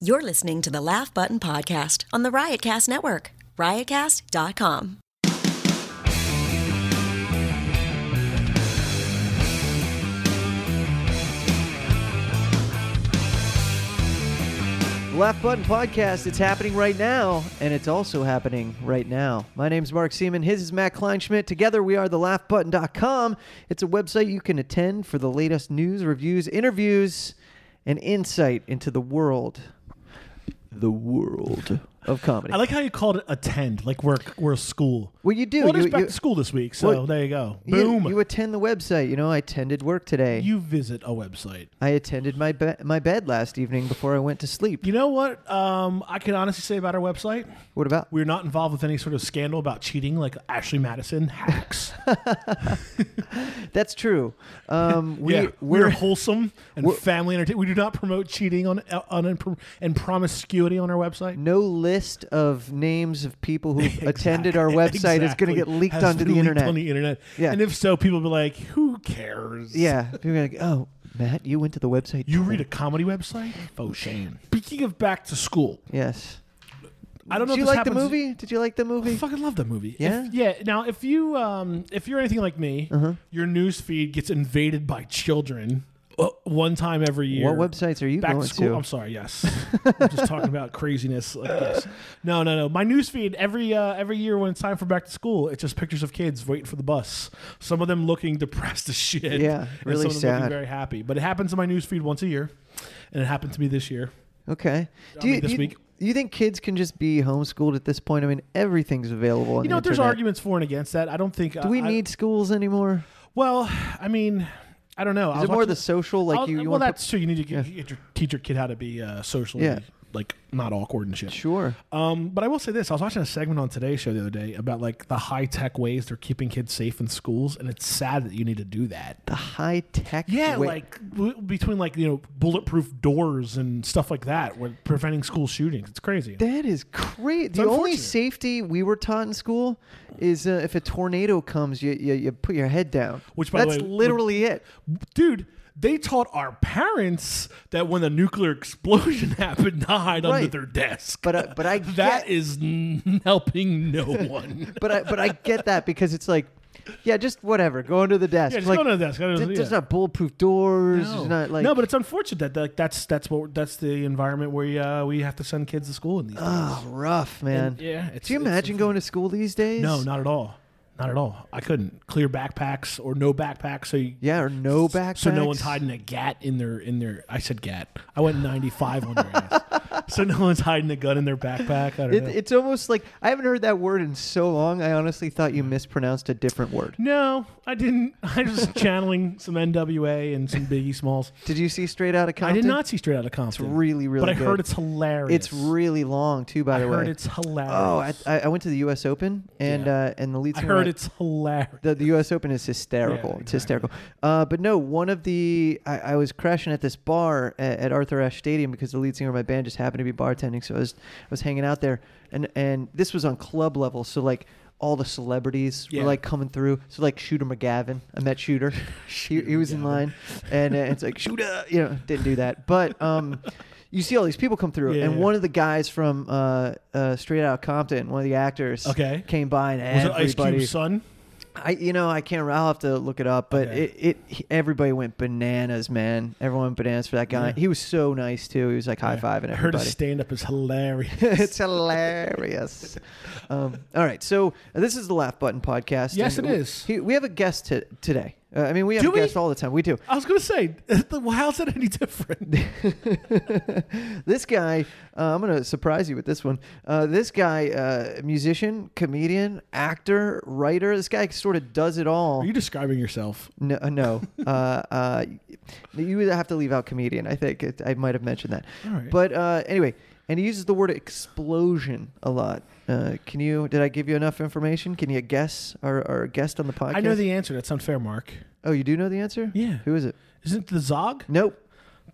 You're listening to the Laugh Button Podcast on the Riotcast Network, riotcast.com. Laugh Button Podcast. It's happening right now, and it's also happening right now. My name's Mark Seaman. His is Matt Kleinschmidt. Together we are thelaughbutton.com. It's a website you can attend for the latest news, reviews, interviews, and insight into the world. The world of comedy. I like how you called it attend, like we're we're a school. Well, you do. Well, it is You- back you- to school this week, so Well, there you go. You- Boom. You, You, attend the website. You know, I attended work today. visit a website. I attended my be- my bed last evening before I went to sleep. You know what? Um, I can honestly say about our website, What about? we're not involved with any sort of scandal about cheating, like Ashley Madison hacks. That's true. Um, we, yeah, we're, we're, wholesome and family entertainment. We do not promote cheating on on and, prom- and promiscuity on our website. no list of names of people who attended our website is going to Exactly. get leaked Has onto been the leaked internet. On the internet, Yeah. And if so, people will be like, "Who cares?" yeah, people are like, oh, Matt, you went to the website. You read a comedy website? Oh, shame. Speaking of back to school, Yes. I don't know. Did you if this like the happens- movie? Did you like the I movie? fucking love that movie. If- Yeah? Uh-huh. yeah. Now, if you um, if you're anything like me, your news feed gets invaded by children uh, one time every year. What websites are you Back to going school. to? I'm sorry. Yes. I'm just talking about craziness. Like, yes. No, no, no. My news feed every uh, every year when it's time for back to school, it's just pictures of kids waiting for the bus. Some of them looking depressed as shit. Yeah, and really some of them looking sad. Very happy. But it happens in my news feed once a year, and it happened to me this year. Okay. Do mean, you, this you, week. you think kids can just be homeschooled at this point? I mean, everything's available. On You the know, there's internet. arguments for and against that. I don't think. Do we need schools anymore? Well, I mean, I don't know. I Is was it more watching- the social? I Like was- you, you uh, well, want to that's true. You need to get, get your, teach your kid how to be uh, socially Yeah. like not awkward and shit. sure. Um, but I will say this: I was watching a segment on Today Show the other day about like the high tech ways they're keeping kids safe in schools, and it's sad that you need to do that. The high tech. Yeah, way- like w- between like you know bulletproof doors and stuff like that, with preventing school shootings. It's crazy. That is crazy. The only unfortunate. safety we were taught in school is uh, if a tornado comes, you, you you put your head down. Which, by the that's way, would- literally it. dude they taught our parents that when a nuclear explosion happened to hide under Right. their desk But I- but I get- that is n- helping no one But I but I get that because it's like, yeah, just whatever. Go under the desk. Yeah, just like, go under the desk. I don't- th- There's yeah. not bulletproof doors. There's not like no, but it's unfortunate that that that's that's what that's the environment where we, uh, we have to send kids to school in these. oh, rough man. And, yeah, it's- Do you it's imagine unfortunate. going to school these days? days. no, not at all, not at all. I couldn't clear backpacks or no backpacks, so you, Yeah, or no backpacks. so no one's hiding a gat in their in their. I said gat. I went ninety five on their ass. So no one's hiding a gun in their backpack. I don't It, know. it's almost like I haven't heard that word in so long. I honestly thought Mm. you mispronounced a different word. No, I didn't. I was channeling some NWA and some Biggie Smalls. Did you see Straight Outta Compton? I did not see Straight Outta Compton. really, really But I good. heard it's hilarious. It's really long too. By I the way, heard it's hilarious. Oh, I, I I went to the U.S. Open and Yeah. uh, and the lead I singer. heard it's hilarious. the, the U.S. Open is hysterical. Yeah, It's exactly. hysterical. Uh, but no, one of the I, I was crashing at this bar at, at Arthur Ashe Stadium because the lead singer of my band just happened to be bartending, so I was I was hanging out there, and and this was on club level, so like. All the celebrities Yeah. were like coming through. So like Shooter McGavin, I met Shooter. he, he was in line, and uh, it's like Shooter, you know, didn't do that. But um, you see all these people come through, Yeah, and yeah. one of the guys from uh, uh, Straight Out Compton, one of the actors, Okay. came by and Was it everybody Ice Cube's son? I you know I can't. I'll have to look it up, but Okay. it, it he- everybody went bananas, man. Everyone went bananas for that guy. Yeah. He was so nice too. He was like high five and I heard everybody. his stand up is hilarious. it's hilarious. um, all right, so this is the Laugh Button podcast. Yes, and it w- is. he- we have a guest t- today. Uh, I mean, we have Do a we? guest all the time. We do. I was going to say, well, how's that any different? This guy, uh, I'm gonna surprise you with this one. Uh, this guy, uh, musician, comedian, actor, writer. This guy sort of does it all. Are you describing yourself? No, uh, no. uh, uh, you would have to leave out comedian. I think it, I might have mentioned that. All right. But uh, anyway, and he uses the word explosion a lot. Uh, can you? Did I give you enough information? Can you guess our, our guest on the podcast? I know the answer. That's unfair, Mark. Oh, you do know the answer. Yeah. Who is it? Isn't it the Zog? Nope.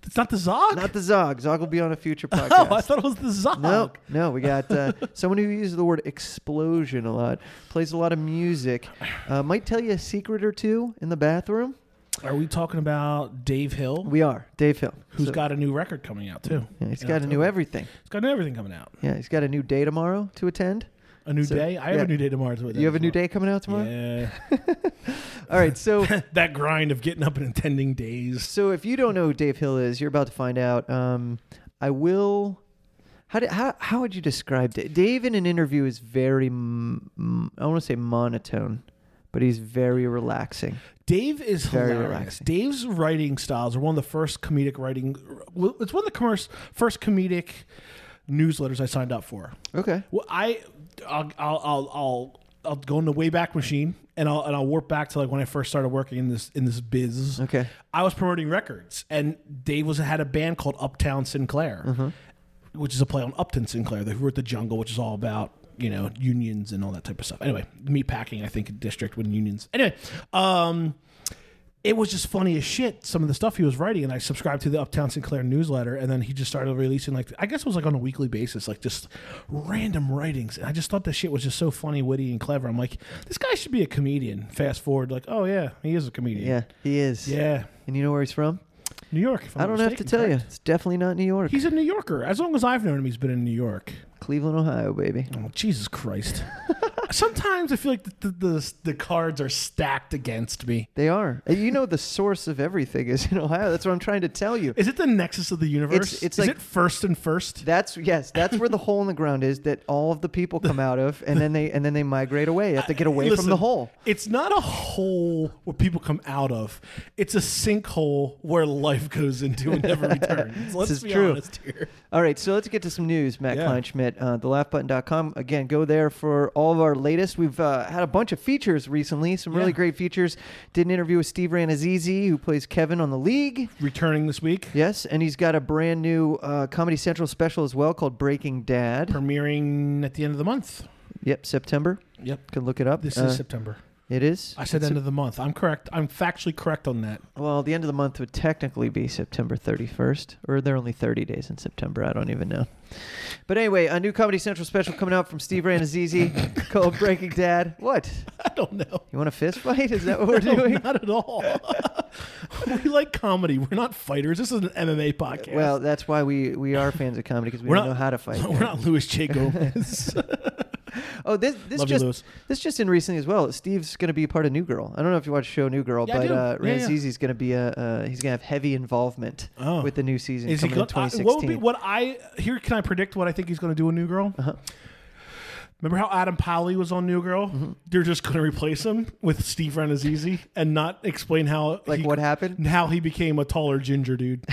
It's not the Zog? Not the Zog. Zog will be on a future podcast. oh, I thought it was the Zog. No, no, we got uh, someone who uses the word explosion a lot, plays a lot of music, uh, might tell you a secret or two in the bathroom. Are we talking about Dave Hill, We are Dave Hill. who's So- got a new record coming out too? Yeah, he's in got a new October. everything. He's got everything coming out. Yeah, he's got a new day tomorrow to attend. A new So, day. I have yeah. a new day tomorrow. too. You have a new day coming out tomorrow. Yeah. All right, so that grind of getting up and attending days. so if you don't know who Dave Hill is, you're about to find out. Um, I will. How, did, how how would you describe Dave? Dave in an interview is very m- m- I want to say monotone, but he's very relaxing. Dave is Very hilarious. relaxing. Dave's writing styles are one of the first comedic writing. It's one of the commerce, first comedic newsletters I signed up for. Okay. Well, I, I'll, I'll, I'll, I'll, I'll go in the Wayback Machine and I'll and I'll warp back to like when I first started working in this in this biz. Okay. I was promoting records, and Dave was had a band called Uptown Sinclair, which is a play on Upton Sinclair, who wrote The Jungle, which is all about you know unions and all that type of stuff. Anyway, meatpacking, I think, district when unions. Anyway, um, it was just funny as shit. Some of the stuff he was writing, and I subscribed to the Uptown Sinclair newsletter, and then he just started releasing like I guess it was like on a weekly basis, like just random writings. And I just thought this shit was just so funny, witty, and clever. I'm like, this guy should be a comedian. Fast forward, like, oh yeah, he is a comedian. Yeah, he is. Yeah, And you know where he's from? New York. If I'm I don't not have to mistaken, tell correct? you. It's definitely not New York. He's a New Yorker. As long as I've known him, he's been in New York. Cleveland, Ohio, baby. Oh, Jesus Christ. Sometimes I feel like the, the, the, the cards are stacked against me. They are. And You know the source of everything is in Ohio. That's what I'm trying to tell you. Is it the nexus of the universe? It's- it's Is like- it first and first? That's yes. That's where the hole in the ground is that all of the people come out of, and then they and then they migrate away. You have to get away from the Listen, hole. It's not a hole where people come out of. It's a sinkhole where life goes into and never returns. Let's is be true. honest here. All right, so let's get to some news, Matt Yeah. Kleinschmidt, uh, thelaughbutton.com. Again, go there for all of our latest. We've uh, had a bunch of features recently, some really Yeah. great features. Did an interview with Steve Ranazizi, who plays Kevin on The League. Returning this week, Yes, and he's got a brand new uh, Comedy Central special as well called Breaking Dad. premiering at the end of the month. Yep, September. Yep. Can look it up. This Uh, is September. it is. I said It's- end of the month. I'm correct. I'm factually correct on that. Well, the end of the month would technically be September 31st, or there are only 30 days in September. I don't even know. But anyway, a new Comedy Central special coming out from Steve Ranazizi called Breaking Dad. What? I don't know. You want a fist fight? Is that what we're doing? Not at all. we like comedy. We're not fighters. This is an MMA podcast. Well, that's why we, we are fans of comedy because we We're don't not- know how to fight. we're not Luis J. Gomez. Oh, this this Love you, just Louis. this just in recently as well. Steve's going to be part of New Girl. I don't know if you watch the show New Girl, Yeah, I but do. uh, Yeah, yeah. Ranazizi's going to be a uh, he's going to have heavy involvement Oh. with the new season Is he coming going? in 2016. what would be what I here? Can I predict what I think he's going to do in New Girl? Uh-huh. Remember how Adam Polly was on New Girl? Mm-hmm. They're just going to replace him with Steve Renazizi and not explain how Like he- what happened? how he became a taller ginger dude.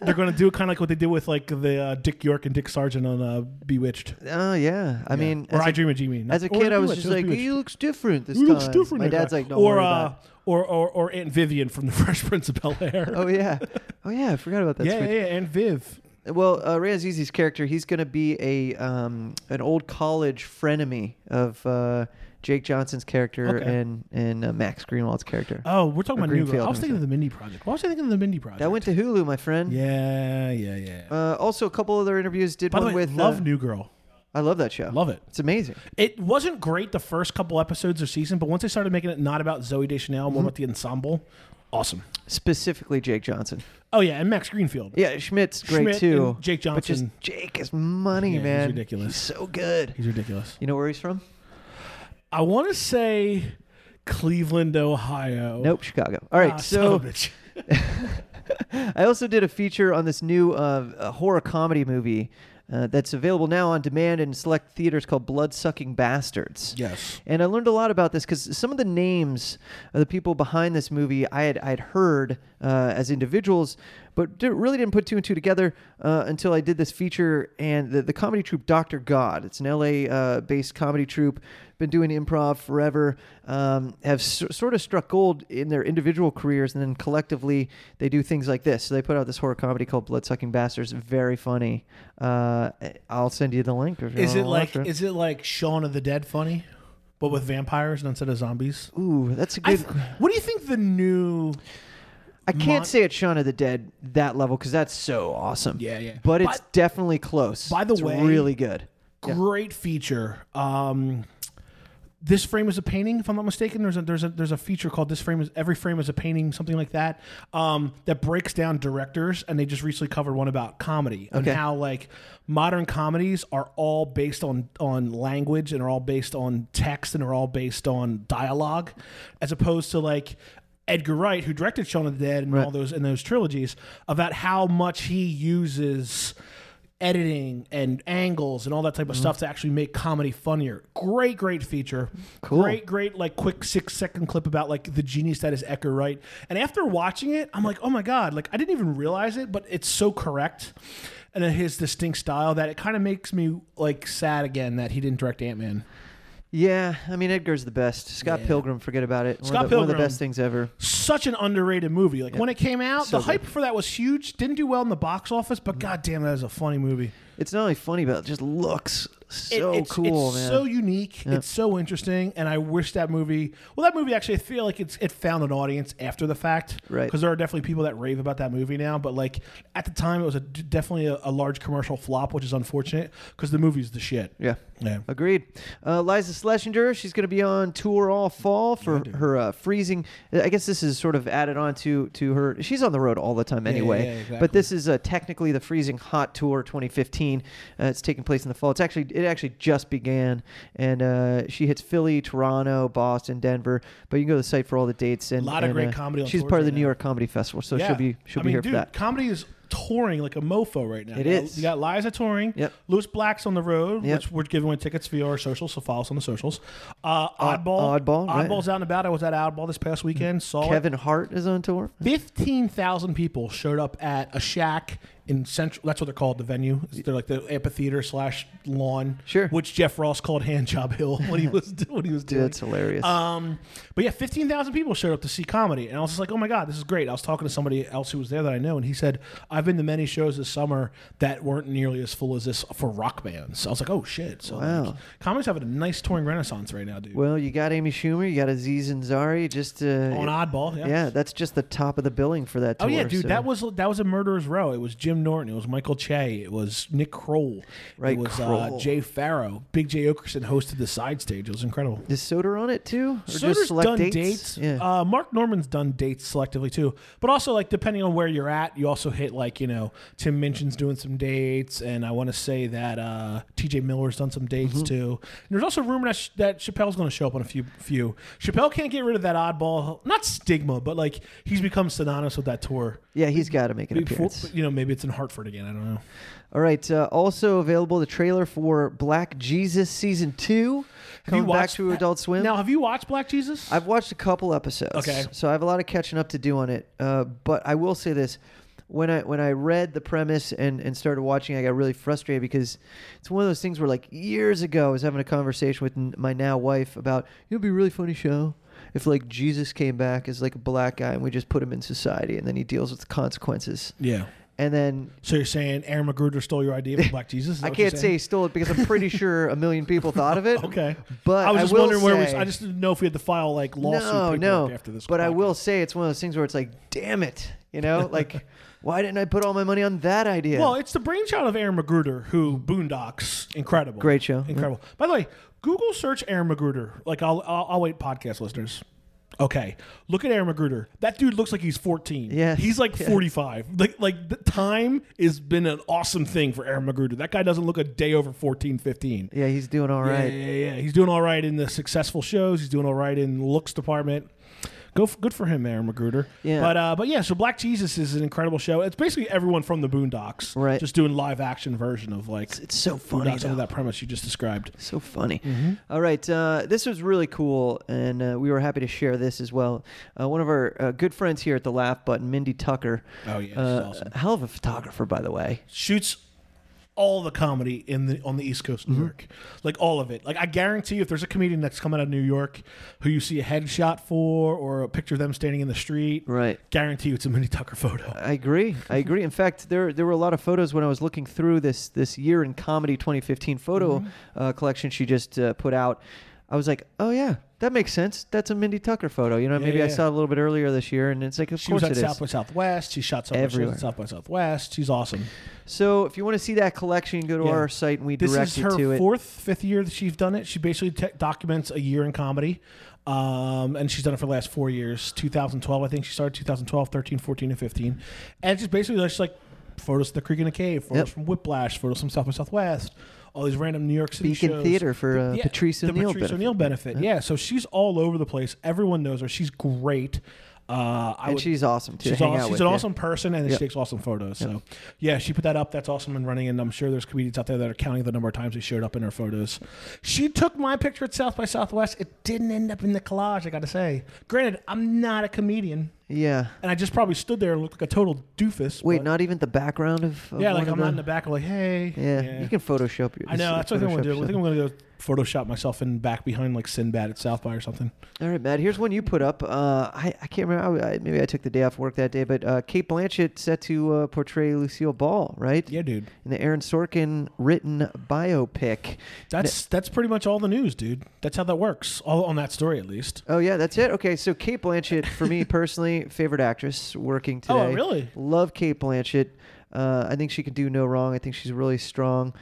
They're going to do kind of like what they did with like the uh, Dick York and Dick Sargent on uh, Bewitched. Oh yeah, I mean, or as I a- Dream of Jimmy. As a Or kid, I was Bewitched, just it like, Bewitched. he looks different this He time. looks different. My that dad's guy. like, don't or, worry uh, about it. Or, or or Aunt Vivian from The Fresh Prince of Bel Air. Oh, yeah. Oh, yeah. I forgot about that. yeah, yeah, switch. yeah, Aunt Viv. Well, uh, Ranzizi's character, he's going to be a um, an old college frenemy of uh, Jake Johnson's character Okay. and, and uh, Max Greenwald's character. Oh, we're talking Or about New Girl. Greenfield, I was I'm thinking of the Mindy Project. Why was I thinking of the Mindy Project? that went to Hulu, my friend. Yeah, yeah, yeah. Uh, also, a couple other interviews did By the one way, with. love uh, New Girl. I love that show. Love it. It's amazing. It wasn't great the first couple episodes or season, but once they started making it not about Zoe Deschanel, Mm-hmm. more about the ensemble, awesome. Specifically, Jake Johnson. Oh yeah, and Max Greenfield. Yeah, Schmidt's great Schmidt too. and Jake But just Johnson. Jake is money, Yeah, he's man. ridiculous. so good. He's ridiculous. You know where he's from? I want to say Cleveland, Ohio. Nope, Chicago. All right, Ah, son so of a bitch. I also did a feature on this new uh, uh, horror comedy movie uh, that's available now on demand in select theaters called Blood Sucking Bastards. yes. And I learned a lot about this because some of the names of the people behind this movie I had I had heard uh, as individuals, but di- really didn't put two and two together uh, until I did this feature and the, the comedy troupe Doctor God. It's an LA uh, based comedy troupe, been doing improv forever, um, have s- sort of struck gold in their individual careers, and then collectively they do things like this. So they put out this horror comedy called Bloodsucking Bastards, very funny. Uh, I'll send you the link. If you Is wanna it like watch it. is it like Shaun of the Dead funny, but with vampires and instead of zombies? Ooh, that's a I good. th- what do you think the new? I can't Mon- say it's Shaun of the Dead that level because that's so awesome. Yeah, yeah. But it's By- definitely close. by the It's way- really good. Yeah. Great feature. Um, this frame is a painting, if I'm not mistaken. There's a there's a there's a feature called this frame is every frame is a painting, something like that. Um, that breaks down directors, and they just recently covered one about comedy and Okay. how like modern comedies are all based on on language and are all based on text and are all based on dialogue, as opposed to like. Edgar Wright, who directed Shaun of the Dead and all those in those trilogies, about how much he uses editing and angles and all that type of stuff to actually make comedy funnier. Great, great feature. Cool. Great, great, like quick six second clip about like the genius that is Edgar Wright. And after watching it, I'm like, oh my God, like I didn't even realize it, but it's so correct and then his distinct style that it kind of makes me like sad again that he didn't direct Ant Man. Yeah, I mean Edgar's the best. Scott Pilgrim, forget about it. one Scott of the, one of the Pilgrim. best things ever. Such an underrated movie. Like when it came out, So the hype good. for that was huge. Didn't do well in the box office, but goddamn, that is a funny movie. It's not only funny, but it just looks It- so it's, cool, it's man. so unique. It's so interesting, and I wish that movie. Well, that movie actually, I feel like it's it found an audience after the fact, Right. Because there are definitely people that rave about that movie now, but like at the time, it was a, definitely a, a large commercial flop, which is unfortunate because the movie's the shit. yeah. Yeah. Agreed. Uh, Liza Schlesinger, she's going to be on tour all fall for her uh, freezing. I guess this is sort of added on to to her. She's on the road all the time anyway, yeah, exactly. but this is uh, technically the Freezing Hot Tour 2015. Uh, it's taking place in the fall. It's actually it actually just began, and uh, she hits Philly, Toronto, Boston, Denver. But you can go to the site for all the dates and Lot of and, great uh, comedy on she's tours part of the right New now. York Comedy Festival, so Yeah. she'll be she'll I be mean, here dude, for that. Comedy is touring like a mofo right now. It You is. got- You got Liza touring. Yep. Loose Blacks on the road, Yep. which we're giving away tickets via our socials, so follow us on the socials. Uh, Oddball. Oddball, right. Oddball's out and about. I was at Oddball this past weekend. Saw it. Kevin Hart is on tour. 15,000 people showed up at a shack in central that's what they're called the venue they're like the amphitheater slash lawn Sure. which jeff ross called hand job hill when he was when he was Dude, doing that's hilarious. um, but yeah, fifteen thousand people showed up to see comedy, and I was just like, "Oh my god, this is great!" I was talking to somebody else who was there that I know, and he said, "I've been to many shows this summer that weren't nearly as full as this for rock bands." So I was like, "Oh shit!" So Wow. like, comedy's having a nice touring renaissance right now, dude. well, you got Amy Schumer, you got Aziz Ansari, just uh, On oddball, yeah. Yeah, that's just the top of the billing for that Oh tour. yeah, dude, so- that was that was a murderer's row. It was Jim Norton, it was Michael Che, it was Nick Kroll, Right, It was Kroll. Uh, Jay Farrow. Big Jay Okerson hosted the side stage. It was incredible. Is Soder on it too? Or Soder's just select done dates? dates. Yeah. Uh, Mark Norman's done dates selectively too, but also like depending on where you're at, you also hit like you know Tim Minchin's doing some dates, and I want to say that uh, T.J. Miller's done some dates Mm-hmm. too. And there's also rumor that, that Chappelle's going to show up on a few few. Chappelle can't get rid of that oddball, not stigma, but like he's become synonymous with that tour. yeah, he's got to make an Before, appearance. you know, maybe it's in Hartford again. I don't know. All right. Uh, also available the trailer for Black Jesus season two, coming back watched to that- Adult Swim. Now, have you watched Black Jesus? I've watched a couple episodes. Okay. So I have a lot of catching up to do on it. Uh, but I will say this. When I when I read the premise and, and started watching, I got really frustrated because it's one of those things where like years ago I was having a conversation with n- my now wife about it would be a really funny show if like Jesus came back as like a black guy and we just put him in society and then he deals with the consequences yeah. and then So you're saying Aaron Magruder stole your idea for Black Jesus? Is that I what you're can't say saying? he stole it because I'm pretty sure a million people thought of it. Okay, But I was I just will wondering where say- we. I just didn't know if we had to file like lawsuit no, paperwork no. after this. but I podcast. will say it's one of those things where it's like, damn it, you know, like, why didn't I put all my money on that idea? Well, it's the brainchild of Aaron Magruder, who Boondocks, incredible, Great show. incredible. By the way, Google search Aaron Magruder. Like I'll, I'll, I'll wait, podcast listeners. Okay, look at Aaron Magruder. That dude looks like he's 14. Yes. he's like Yeah. 45. Like like the time has been an awesome thing for Aaron Magruder. That guy doesn't look a day over 14, 15. yeah, he's doing all Yeah, right. Yeah, yeah, yeah. He's doing all right in the successful shows. He's doing all right in the looks department. Go, f- good for him, Aaron Magruder. Yeah. But uh, but yeah, so Black Jesus is an incredible show. It's basically everyone from the Boondocks, Right. Just doing live action version of like It's so funny. Boondocks under though. that Mm-hmm. premise you just described. So funny. All right. Uh, this was really cool, and uh, we were happy to share this as well. Uh, one of our uh, good friends here at the Laugh Button, Mindy Tucker. Oh, yeah, she's uh, awesome. Hell of a photographer, by the way. Shoots all the comedy in the on the East Coast, Mm-hmm. New York, like all of it. Like I guarantee, you, if there's a comedian that's come out of New York who you see a headshot for or a picture of them standing in the street, Right. Guarantee you, it's a Minnie Tucker photo. I agree. I agree. In fact, there there were a lot of photos when I was looking Mm-hmm. through this this year in comedy 2015 photo uh, collection she just uh, put out. I was like, oh yeah, that makes sense. That's a Mindy Tucker photo. You know, maybe I yeah, saw it a little bit earlier this year, and it's like, of She course it was at is. South by Southwest. She shot so much Everywhere. at South by Southwest. She's awesome. So if you want to see that collection, go to Yeah. our site and we This direct is you to her it. fourth, fifth year that she's done it. She basically te- documents a year in comedy. Um, and she's done it for the last four years 2012, I think she started 2012, 13, 14, and 15. And it's just basically just like photos of the creek in the cave, Yep. photos from Whiplash, photos from South by Southwest, all these random New York City Beacon shows. Theater for, uh, Patrice the O'Neill Patrice benefit. O'Neill benefit. Yeah. so she's all over the place. Everyone knows her. She's great. Uh, I and would- she's awesome too. She's, hang aw- out she's with an ya. awesome person and Yep. she takes awesome photos. So, yeah, she put that up. That's awesome and running. And I'm sure there's comedians out there that are counting the number of times they showed up in her photos. She took my picture at South by Southwest. It didn't end up in the collage, I got to say. Granted, I'm not a comedian. Yeah. And I just probably stood there and looked like a total doofus. Wait, but- not even the background of. of Yeah, one like of I'm not in the the- back. I'm like, hey. Yeah. you can Photoshop. Your, I know. That's what I think I'm going to Photoshop do. I think I'm yourself. going to go Photoshop myself in back behind like Sinbad at South by or something. All right, Matt. Here's one you put up. Uh, I, I can't remember. I, I- maybe I took the day off work that day, but uh, Kate Blanchett set to uh, portray Lucille Ball, right? Yeah, dude. In the Aaron Sorkin written biopic. That's that's pretty much all the news, dude. That's how that works. All on that story, at least. Oh yeah, that's it. Okay, so Kate Blanchett for me personally, favorite actress working Oh, today. really? Love Kate Blanchett. Uh, I think she can do no wrong. I think she's really strong,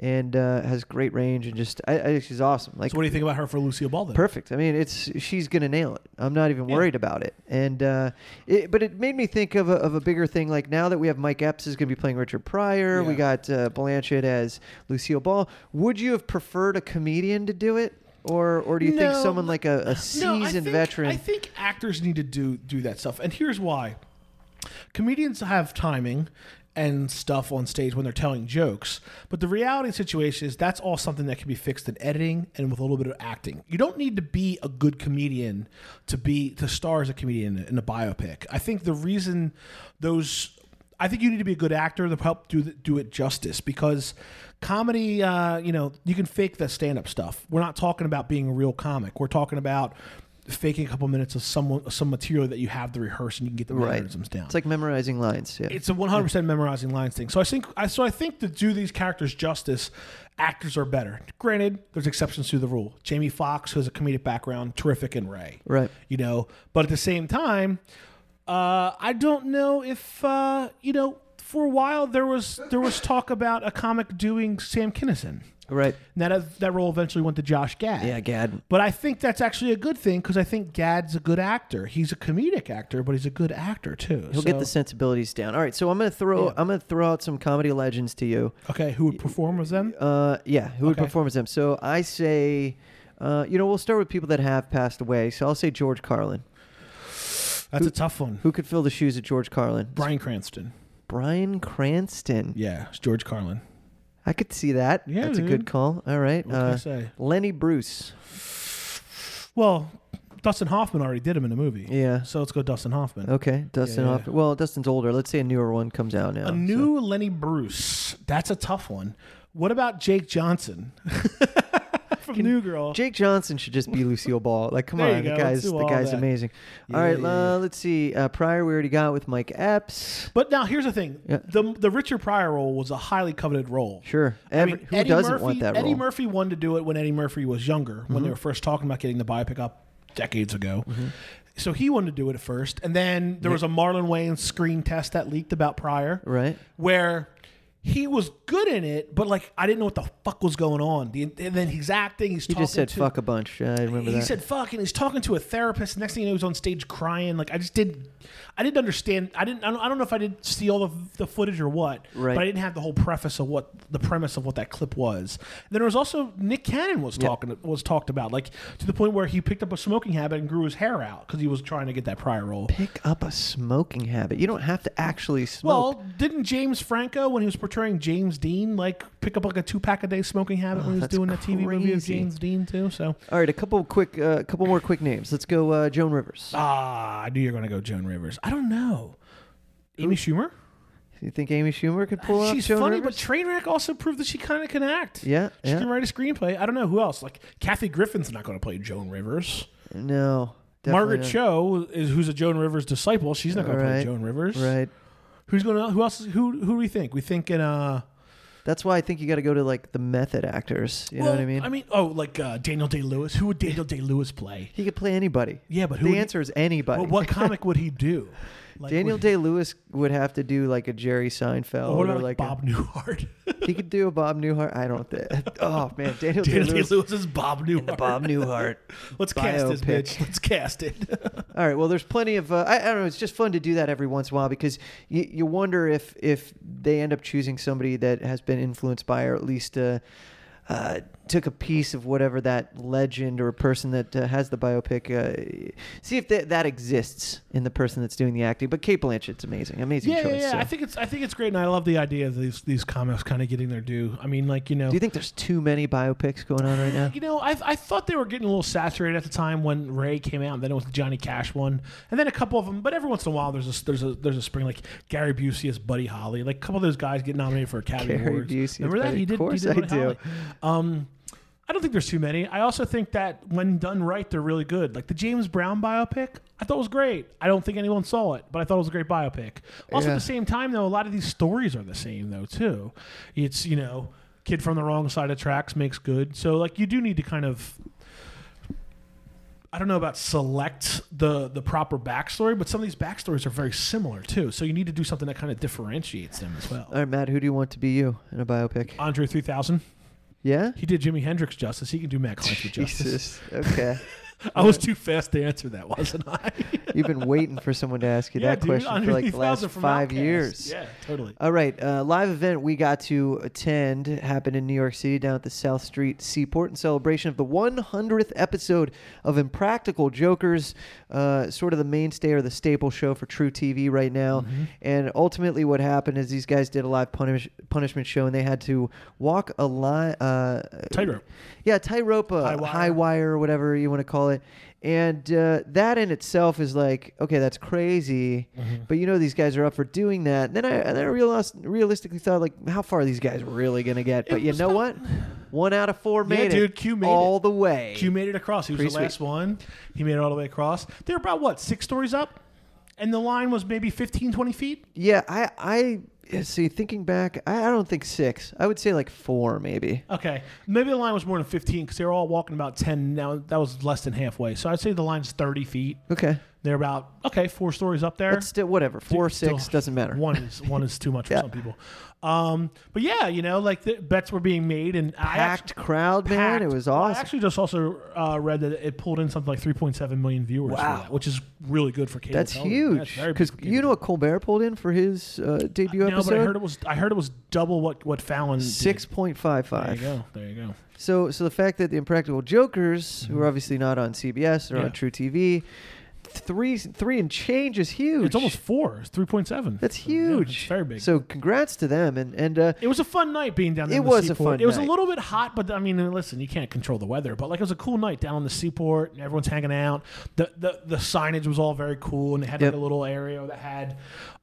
and uh, has great range, and just I, I think she's awesome. Like So what do you think about her for Lucille Ball then? perfect. I mean, it's she's gonna nail it. I'm not even worried about it. And uh, it, but it made me think of a, of a bigger thing. Like now that we have Mike Epps is gonna be playing Richard Pryor. We Yeah. got uh, Blanchett as Lucille Ball. Would you have preferred a comedian to do it? Or, or do you think No. someone like a, a No, seasoned I think, veteran? I think actors need to do do that stuff, and here's why: comedians have timing and stuff on stage when they're telling jokes, but the reality of the situation is that's all something that can be fixed in editing and with a little bit of acting. You don't need to be a good comedian to be to star as a comedian in a biopic. I think the reason those I think you need to be a good actor to help do the, do it justice because comedy, uh, you know, you can fake the stand up stuff. We're not talking about being a real comic. We're talking about faking a couple minutes of some some material that you have to rehearse and you can get the mannerisms down. It's like memorizing lines. Yeah. It's a 100% memorizing lines thing. So I think I so I think to do these characters justice, actors are better. Granted, there's exceptions to the rule. Jamie Foxx, who has a comedic background, terrific in Ray. Right. You know, but at the same time, uh, I don't know if uh, you know. For a while, there was there was talk about a comic doing Sam Kinison. right. Now that that role eventually went to Josh Gad. Yeah, Gad. But I think that's actually a good thing because I think Gad's a good actor. He's a comedic actor, but he's a good actor too. He'll get the sensibilities down. All right, so I'm gonna throw I'm gonna throw out some comedy legends to you. Okay, who would perform with them? Uh, yeah, who would Okay. perform as them? So I say, uh, you know, we'll start with people that have passed away. So I'll say George Carlin. That's a tough one. Who could fill the shoes of George Carlin? Brian Cranston. Brian Cranston. Yeah, it's George Carlin. I could see that. Yeah, that's a dude. good call. All right. uh, What can I say? Lenny Bruce. Well, Dustin Hoffman already did him in a movie. Yeah. So let's go Dustin Hoffman. Okay, Dustin. Yeah. Hoff- Well, Dustin's older. Let's say a newer one comes out now. A new Lenny Bruce. That's a tough one. What about Jake Johnson from New Girl? Jake Johnson should just be Lucille Ball. Like, come There you on, the go. guy's Let's do the all guy's that. amazing. all right, Yeah. uh, let's see. Uh, Pryor, we already got with Mike Epps. but now here's the thing: Yeah. the the Richard Pryor role was a highly coveted role. Sure, I Every, mean, who Eddie doesn't Murphy, want that Eddie role? Mm-hmm. Murphy wanted to do it when Eddie Murphy was younger, when they were first talking about getting the biopic up decades ago. So he wanted to do it at first, and then there was a Marlon Wayans screen test that leaked about Pryor, Right. Where he was good in it, but like I didn't know what the fuck was going on. The, and then he's acting, he's He talking just said to, fuck a bunch. I remember he that. said fuck and he's talking to a therapist next thing you know he's on stage crying like i just didn't i didn't understand i didn't i don't, I don't know if i didn't see all the, the footage or what Right. but i didn't have the whole preface of what the premise of what that clip was and then there was also nick cannon was talking was talked about like to the point where he picked up a smoking habit and grew his hair out because he was trying to get that prior role Pick up a smoking habit. You don't have to actually smoke. well, didn't James Franco, when he was portraying James Dean, like pick up like a two pack a day smoking habit when he was Oh, that's doing that TV movie of crazy. James Dean too? So all right, a couple quick, uh, couple more quick names. Let's go, uh, Joan Rivers. Ah, I knew you were going to go Joan Rivers. I don't know. Amy Schumer? You think Amy Schumer could pull off She's Joan funny, Rivers? but Trainwreck also proved that she kind of can act. Yeah, She yeah. can write a screenplay. I don't know who else. Like, Kathy Griffin's not going to play Joan Rivers. no, definitely Margaret not. Cho, is, who's a Joan Rivers disciple, she's not going to play Right, Joan Rivers. Right. Who's going to, who else, who, who do we think? We think in, uh, That's why I think you got to go to like the method actors. You know what I mean? I mean, oh, like uh, Daniel Day Lewis. Who would Daniel Day Lewis play? he could play anybody. Yeah, but who the would he- answer is anybody. Well, what comic would he do? Like, Daniel would- Day Lewis would have to do like a Jerry Seinfeld What about or like like, Bob Newhart? A, he could do a Bob Newhart. I don't think. Oh man, Daniel, Daniel Day Lewis. is Bob Newhart. Bob Newhart. Let's cast this biopic. bitch. Let's cast it. All right. Well, there's plenty of. Uh, I, I don't know. It's just fun to do that every once in a while because you, you wonder if if they end up choosing somebody that has been influenced by or at least uh, uh, took a piece of whatever that legend or person that uh, has the biopic. Uh, see if that that exists in the person that's doing the acting. But Kate Blanchett's amazing. Amazing yeah, yeah, choice. yeah. so. I think it's I think it's great, and I love the idea of these these comics kind of getting their due. I mean, like you know, do you think there's too many biopics going on right now? You know, I, I thought they were getting a little saturated at the time when Ray came out, and then it was the Johnny Cash one, and then a couple of them. But every once in a while, there's a there's a there's a spring like Gary Busey as Buddy Holly, like a couple of those guys get nominated for Academy Gary Awards. Busey as Remember that? Buddy- He of did. he course did I Buddy do. Holly. Um, I don't think there's too many. I also think that when done right, they're really good. Like the James Brown biopic, I thought was great. I don't think anyone saw it, but I thought it was a great biopic. Also, Yeah. at the same time, though, a lot of these stories are the same, though, too. It's, you know, kid from the wrong side of tracks makes good. So, like, you do need to kind of. I don't know about select the the proper backstory, but some of these backstories are very similar too. So you need to do something that kind of differentiates them as well. All right, Matt. Who do you want to be you in a biopic? Andre three thousand, Yeah. he did Jimi Hendrix justice. He can do Matt Clancy justice. Jesus. Okay. I was too fast to answer that, wasn't I? You've been waiting for someone to ask you Yeah, that dude, question for like the 100,000 last from five Outkast. years. Yeah, totally. All right, uh, live event we got to attend happened in New York City down at the South Street Seaport in celebration of the 100th episode of Impractical Jokers, uh, sort of the mainstay or the staple show for True TV right now. Mm-hmm. And ultimately, what happened is these guys did a live punish- punishment show, and they had to walk a line. Uh, Tightrope. yeah, tightrope, uh, High high, wire. wire. or whatever you want to call it. And uh, that in itself is like, okay, that's crazy, Mm-hmm. but you know these guys are up for doing that. And then I, and then I realized, realistically thought, like, how far are these guys really gonna get? But you was know not- what? One out of four made it, dude, Q made all it. the way. Q made it across. He was Pretty the last one. He made it all the way across. They were about what six stories up, and the line was maybe 15, 20 feet. yeah, I, I see. Thinking back, I, I don't think six. I would say like four, maybe. Okay, maybe the line was more than fifteen because they were all walking about ten. Now that was less than halfway, so I'd say the line's thirty feet. Okay, They're about okay, four stories up there. but still, whatever. Four, six Still, doesn't matter. One is one is too much for Yeah. some people. Um, but yeah, you know, like the bets were being made, and I Packed act- crowd, man. It packed. was Well, I awesome. actually just also uh, read that it pulled in something like 3.7 million viewers, for Wow. that, which is really good for cable. That's television. huge very big because for cable you know what Colbert pulled in for his uh, debut television. No, episode. but I heard it was I heard it was double what what Fallon did. Six point five There you five. go. There you go. So, so the fact that the Impractical Jokers, who are obviously not on CBS, they're Mm-hmm. Yeah. on True TV, three three and change is huge. It's almost four. It's 3.7. that's So, yeah, huge. it's very big. So, congrats to them. And and uh, It was a fun night being down there. It on the was a seaport. fun It was a night. little bit hot, but I mean, listen, you can't control the weather. But like, it was a cool night down on the seaport, and everyone's hanging out. The the, the signage was all very cool, and they had Yep. like a little area that had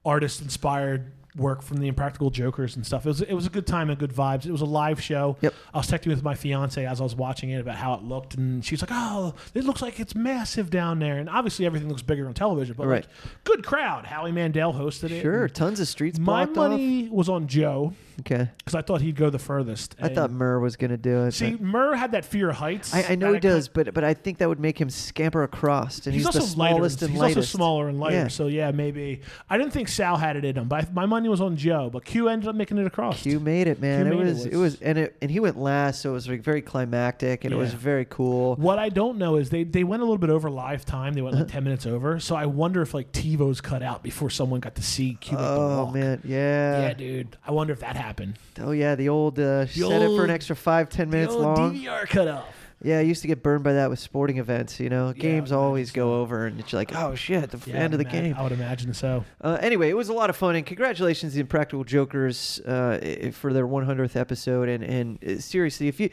artist inspired work from the Impractical Jokers and stuff. It was it was a good time and good vibes. It was a live show. Yep. I was texting with my fiance as I was watching it about how it looked, and she's like, "Oh, it looks like it's massive down there." And obviously, everything looks bigger on television, but Right. like, good crowd. Howie Mandel hosted it. sure, and tons of streets My blocked off. money was on Joe Okay, because I thought he'd go the furthest. I thought Murr was gonna do it. See, but- Murr had that fear of heights. I, I know that he does, but but I think that would make him scamper across. And He's, he's, also the smallest lighter. and he's lightest. also smaller and lighter. Yeah. So yeah, maybe I didn't think Sal had it in him, but I, my money was on Joe. But Q ended up making it across. Q made it, man. it made it was, it was- was, and it and he went last, so it was like very climactic, and it was Yeah. very cool. What I don't know is they, they went a little bit over live time. They Uh-huh. went like ten minutes over. So I wonder if like TiVo's cut out before someone got to see Q. make the Oh walk. man, yeah. yeah, dude. I wonder if that happened. Oh yeah, the old uh, set it for old- an extra five, ten minutes The old long. DVR cut off. Yeah, I used to get burned by that with sporting events. You know, games I imagine always go over, and it's like, oh shit, the f- Yeah, end of the I'd ima- game. I would imagine so. Uh, anyway, it was a lot of fun, and congratulations to the Impractical Jokers uh, i- for their 100th episode. And and uh, seriously, if you,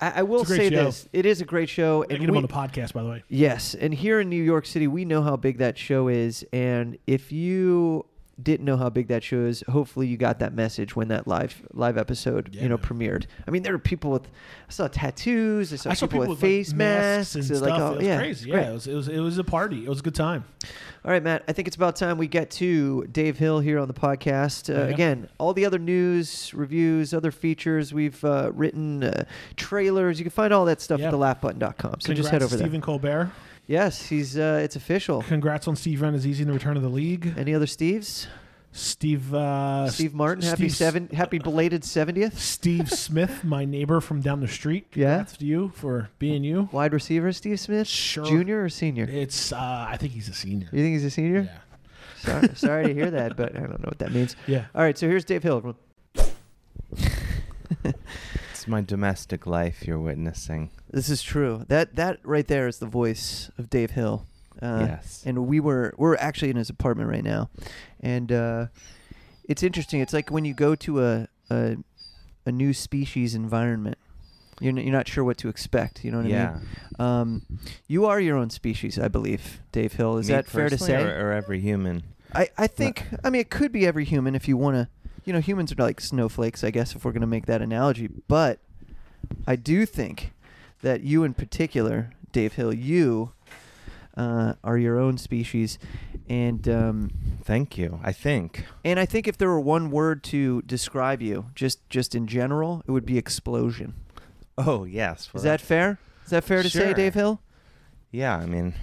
I, I will It's a great say show. this, it is a great show, They and get him we- on the podcast, by the way. Yes, and here in New York City, we know how big that show is, and if you didn't know how big that show is, hopefully you got that message when that live live episode you know man. premiered. I mean, there were people with I saw tattoos, I saw, I saw people with with like, face masks, and it was stuff. like, oh, it was yeah, crazy. great. Yeah, it was, it was it was a party. It was a good time. All right, Matt. I think it's about time we get to Dave Hill here on the podcast. Uh, Yeah. Again, all the other news, reviews, other features we've uh, written, uh, trailers. You can find all that stuff Yeah. at thelaughbutton.com. So Congrats just head to over there. Stephen Colbert. Yes, he's uh, it's official. Congrats on Steve Renazzisi in the return of the league. Any other Steves? Steve uh, Steve Martin. Happy Steve- uh, seven. Happy belated seventieth. Steve Smith, my neighbor from down the street. Yeah. Congrats to you for being you. Wide receiver Steve Smith. Sure. Junior or senior? It's uh, I think he's a senior. You think he's a senior? Yeah. Sorry, sorry to hear that, but I don't know what that means. Yeah. All right, so here's Dave Hill. everyone. It's my domestic life you're witnessing. This is true. That that right there is the voice of Dave Hill. Uh, yes. and we were we're actually in his apartment right now, and uh, it's interesting. It's like when you go to a a, a new species environment, you're n- you're not sure what to expect. You know what I yeah. mean? Um, you are your own species, I believe. Dave Hill, is Me that fair to personally say? Or, or every human. I I think I mean it could be every human if you want to. You know, humans are like snowflakes, I guess, if we're going to make that analogy. But I do think that you, in particular, Dave Hill, you uh, are your own species, and um, Thank you. I think. and I think if there were one word to describe you, just just in general, it would be explosion. Oh yes. Is well, that fair? Is that fair to say, Sure. Dave Hill? Yeah. I mean,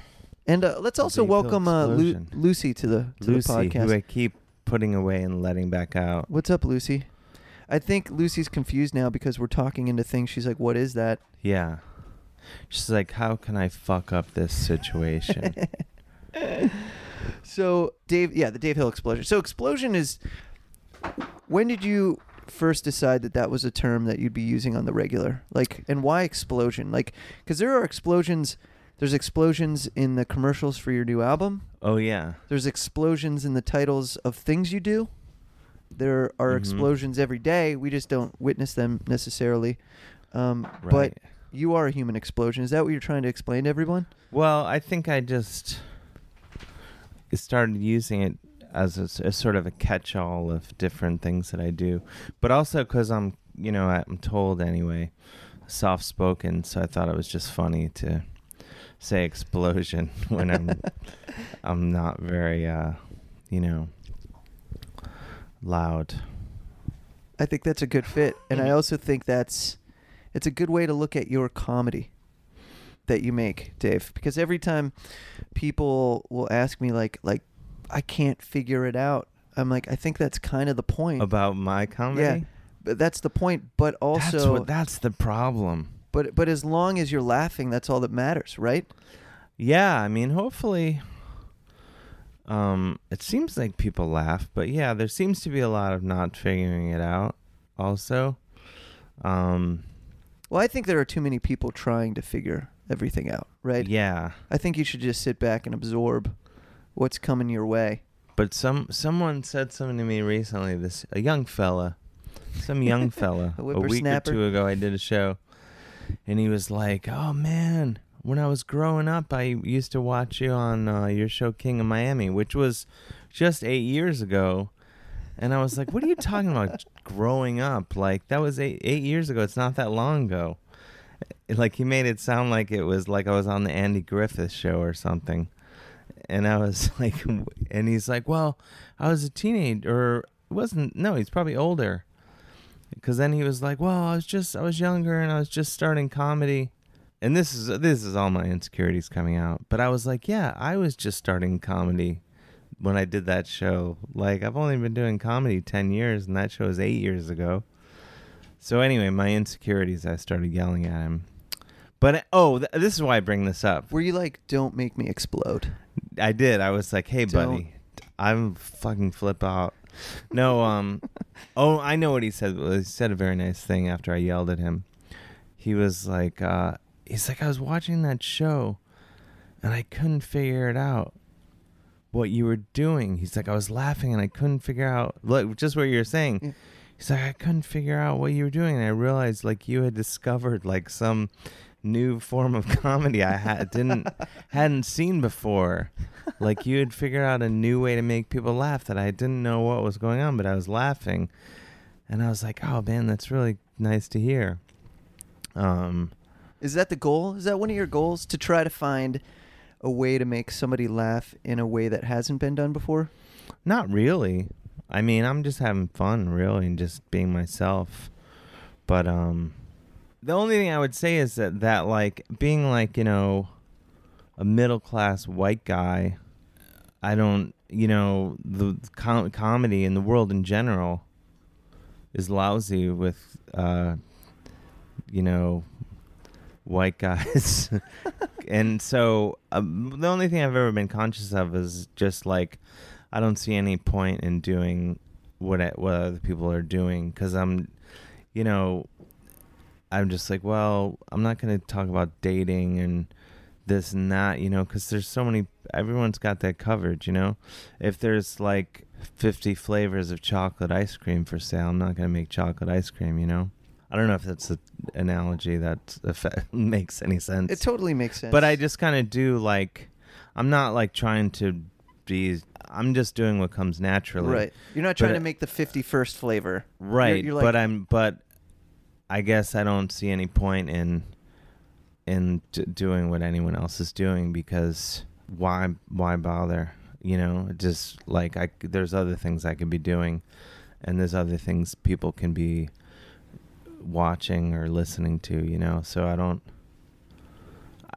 And uh, let's A also Dave Hill welcome uh, Lu- explosion. Lucy to the to Lucy, the podcast. who I keep putting away and letting back out. What's up, Lucy? I think Lucy's confused now because we're talking into things. She's like, "What is that?" Yeah. She's like, how can I fuck up this situation? So, Dave, yeah, the Dave Hill explosion. So, explosion is. When did you first decide that that was a term that you'd be using on the regular? Like, and why explosion? Like, because there are explosions. There's explosions in the commercials for your new album. oh yeah. There's explosions in the titles of things you do. There are Mhm. explosions every day. We just don't witness them necessarily. Um, But Right. you are a human explosion. Is that what you're trying to explain to everyone? Well, I think I just started using it as a, s- a sort of a catch-all of different things that I do, but also because I'm, you know, I'm told anyway, soft-spoken, so I thought it was just funny to say explosion when I'm, I'm not very, uh, you know, loud. I think that's a good fit, and Mm-hmm. I also think that's it's a good way to look at your comedy that you make, Dave. Because every time people will ask me like like I can't figure it out, I'm like I think that's kind of the point. About my comedy, Hmm. Yeah, but that's the point. But also, that's what that's the problem. But but as long as you're laughing, that's all that matters, right? Yeah, I mean, hopefully. Um, it seems like people laugh, but yeah, there seems to be a lot of not figuring it out. Also, um, Well, I think there are too many people trying to figure everything out, right? yeah, I think you should just sit back and absorb what's coming your way. but some someone said something to me recently. This a young fella, some young fella, A a week or whippersnapper. two ago, I did a show, and he was like, "Oh man, when I was growing up, I used to watch you on uh, your show King of Miami, which was just eight years ago." And I was like, "What are you talking about? growing up? Like that was eight eight years ago. It's not that long ago." Like he made it sound like it was like I was on the Andy Griffith show or something. And I was like, and he's like, well, I was a teenager, or wasn't, no, he's probably older. Because then he was like, well, I was just, I was younger and I was just starting comedy. And this is, this is all my insecurities coming out. But I was like, yeah, I was just starting comedy when I did that show. Like, I've only been doing comedy 10 years and that show was eight years ago. So anyway, my insecurities, I started yelling at him. But, oh, th- this is why I bring this up. Were you like, "Don't make me explode"? I did. I was like, "Hey, Don't. buddy, I'm fucking flip out." No, um, oh, I know what he said. Well, He said a very nice thing after I yelled at him. He was like, uh, "He's like, I was watching that show, and I couldn't figure it out what you were doing." He's like, "I was laughing, and I couldn't figure out look just what you were saying." Yeah. He's like, "I couldn't figure out what you were doing, and I realized like you had discovered like some new form of comedy I had didn't hadn't seen before. Like you would figure out a new way to make people laugh that I didn't know what was going on, but I was laughing, and I was like, "Oh man, that's really nice to hear." Um, Is that the goal? Is that one of your goals to try to find a way to make somebody laugh in a way that hasn't been done before? Not really. I mean, I'm just having fun, really, and just being myself. But um, the only thing I would say is that that like being like you know, a middle class white guy, I don't you know the com- comedy in the world in general is lousy with uh, you know, white guys. and so um, the only thing I've ever been conscious of is just like I don't see any point in doing what I, what other people are doing because I'm, you know, I'm just like, well, I'm not going to talk about dating and this and that, you know, because there's so many. Everyone's got that covered, you know. If there's like 50 flavors of chocolate ice cream for sale, I'm not going to make chocolate ice cream, you know. I don't know if that's an analogy that effect- makes any sense. It totally makes sense. But I just kind of do like, I'm not like trying to be. I'm just doing what comes naturally. right. You're not trying But to I- make the 51st flavor. You're- Right. you're like- but I'm. But I guess I don't see any point in in d- doing what anyone else is doing because why why bother? You know, just like I c- there's other things I could be doing, and there's other things people can be watching or listening to. You know, so I don't.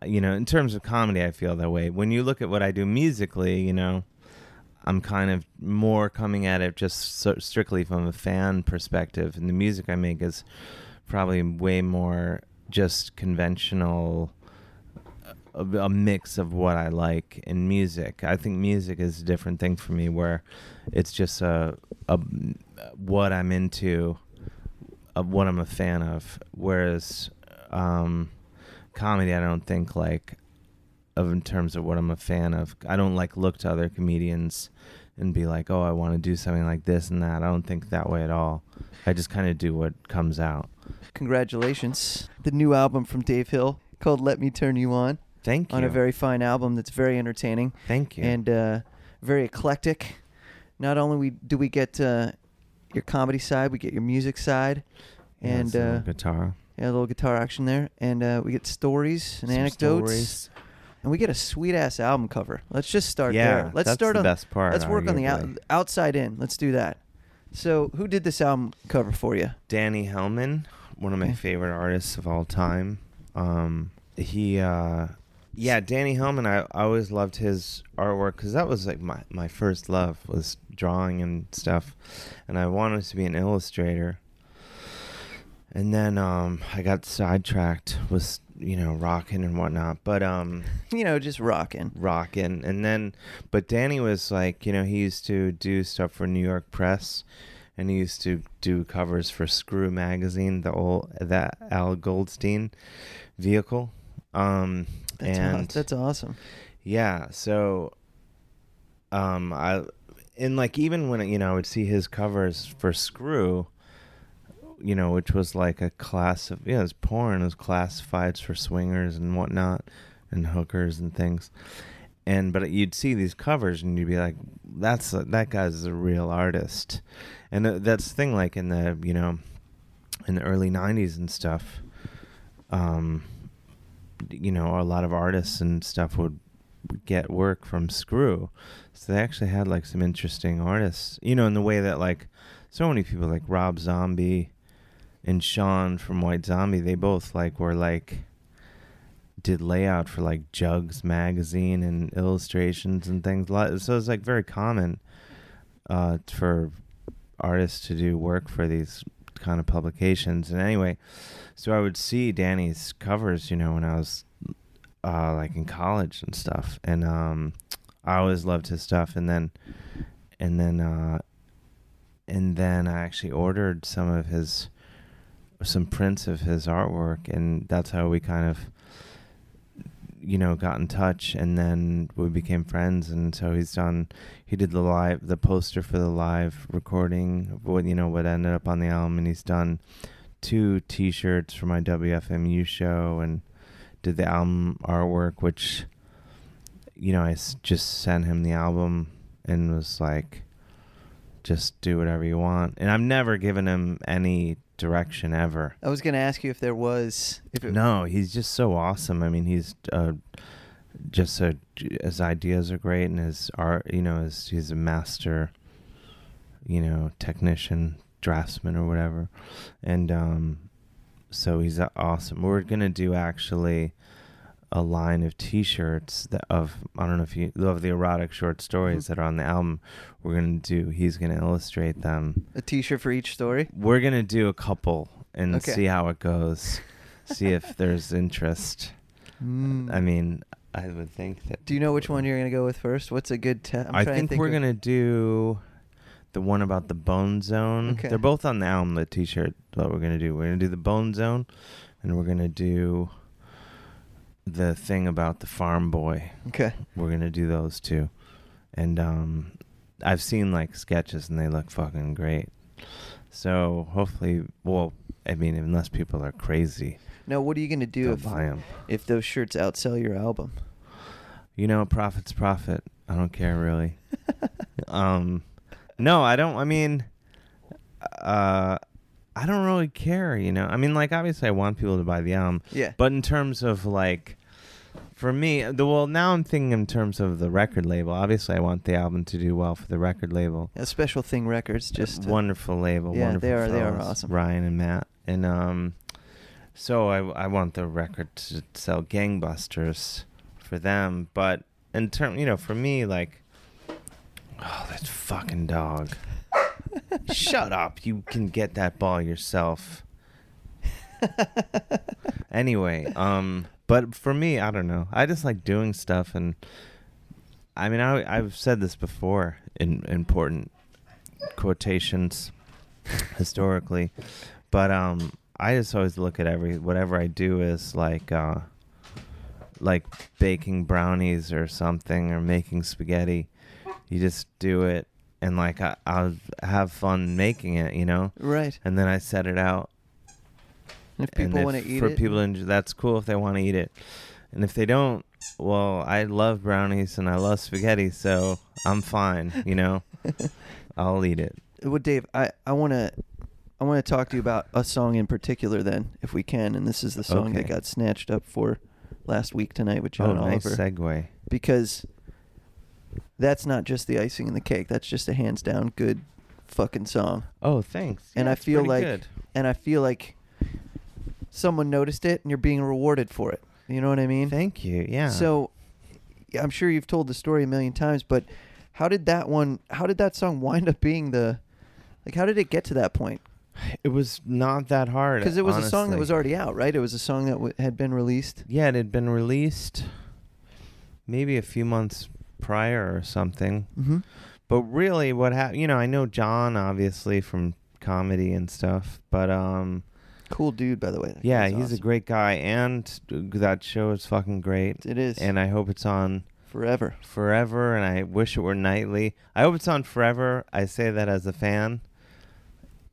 You know, in terms of comedy, I feel that way. When you look at what I do musically, you know, I'm kind of more coming at it just so strictly from a fan perspective, and the music I make is probably way more just conventional, a, a mix of what I like in music. I think music is a different thing for me, where it's just a, a what I'm into, of what I'm a fan of. Whereas um, comedy, I don't think like of in terms of what I'm a fan of. I don't like look to other comedians and be like, "Oh, I want to do something like this and that." I don't think that way at all. I just kind of do what comes out. Congratulations. The new album from Dave Hill called Let Me Turn You On. Thank you. On a very fine album that's very entertaining. Thank you. and uh, very eclectic. Not only we do we get uh, your comedy side, we get your music side, Yeah, and it's a little uh, guitar yeah, a little guitar action there, and uh, we get stories and Some anecdotes, stories. and we get a sweet ass album cover. Let's just start yeah, there. Let's that's start the on. best part. let's work on the out, arguably. outside in. Let's do that. So, who did this album cover for you? Danny Hellman, one of my Okay. favorite artists of all time. Um, he, uh, yeah, Danny Hellman. I, I always loved his artwork because that was like my my first love was drawing and stuff, and I wanted to be an illustrator. And then um, I got sidetracked with you know rocking and whatnot, but um, You know, just rocking. rocking. And then, but Danny was like, you know, he used to do stuff for New York Press, and he used to do covers for Screw magazine, the old that Al Goldstein vehicle. Um, That's, aw- and that's awesome. yeah, so, um, I and like even when you know I would see his covers for Screw. You know, which was like a class of yeah, it was porn, it was classifieds for swingers and whatnot, and hookers and things and but you'd see these covers and you'd be like that's a, that guy's a real artist and th- that's the thing like in the you know in the early 90s and stuff um you know a lot of artists and stuff would get work from screw so they actually had like some interesting artists you know in the way that like so many people like rob zombie and sean from white zombie they both like were like did layout for like Jugs magazine and illustrations and things. Lo- So it's like very common uh, for artists to do work for these kind of publications. And anyway, so I would see Danny's covers, you know, when I was uh, like in college and stuff. And um, I always loved his stuff. And then, and then, uh, and then I actually ordered some of his, some prints of his artwork, and that's how we kind of you know got in touch and then we became friends and so he's done he did the live the poster for the live recording of what you know what ended up on the album and he's done two t-shirts for my WFMU show and did the album artwork, which, you know, I s- just sent him the album and was like, just do whatever you want. And I've never given him any direction ever. I was going to ask you if there was. If it, No, he's just so awesome. I mean, he's uh, just a, his ideas are great, and his art, you know, his, he's a master, you know, technician, draftsman, or whatever. And um, so he's a- awesome. We're gonna do actually a line of T-shirts that of I don't know if you love the erotic short Mm-hmm. stories that are on the album. We're gonna do. He's gonna illustrate them a T-shirt for each story. we're gonna do a couple and Okay. see how it goes see if there's interest i mean i would think that Mm. do you know which one you're going to go with first? What's a good? Te- I'm i trying think, to think we're of- gonna do the one about the bone zone Okay. they're both on the album the t-shirt what we're gonna do we're gonna do the bone zone and we're gonna do the thing about the farm boy Okay. we're gonna do those two and um i've seen like sketches and they look fucking great so hopefully well i mean unless people are crazy Now, what are you going to do they'll if, buy 'em. if those shirts outsell your album? you know profit's profit i don't care really um no i don't i mean uh i don't really care you know i mean like obviously i want people to buy the album Yeah. But in terms of like, for me, the well now I'm thinking in terms of the record label. Obviously, I want the album to do well for the record label. a special thing records just wonderful label. Yeah, wonderful they are- they are fellas, awesome. Ryan and Matt and um, so I I want the record to sell gangbusters for them. But in term, you know, for me like, oh that fucking dog. Shut up! You can get that ball yourself anyway um but for me i don't know i just like doing stuff and i mean I, i've said this before in important quotations historically but um i just always look at every whatever i do is like uh like baking brownies or something or making spaghetti you just do it and like I, i'll have fun making it you know right. and then i set it out If and people if- want to eat for it, people to enjoy, that's cool if they want to eat it and if they don't well i love brownies and i love spaghetti so i'm fine you know i'll eat it Well, Dave, I I want to I want to talk to you about a song in particular then, if we can. And this is the song that Okay. got snatched up for last week tonight with John oh nice Oliver segue because that's not just the icing in the cake. That's just a hands down good fucking song. oh thanks and Yeah, I it's feel pretty like good. and I feel like someone noticed it and you're being rewarded for it. You know what I mean? thank you yeah So I'm sure you've told the story a million times, but how did that one how did that song wind up being the like how did it get to that point? it was not that hard Cuz it was a song that honestly. was already out, right? It was a song that w- had been released. yeah it had been released maybe a few months prior or something Mhm. But really, what happened? You know, I know John obviously from comedy and stuff, but um, Cool dude by the way. That yeah, guy's he's a awesome. great guy, and that show is fucking great. It is. And I hope it's on forever. forever, and I wish it were nightly. I hope it's on forever. I say that as a fan,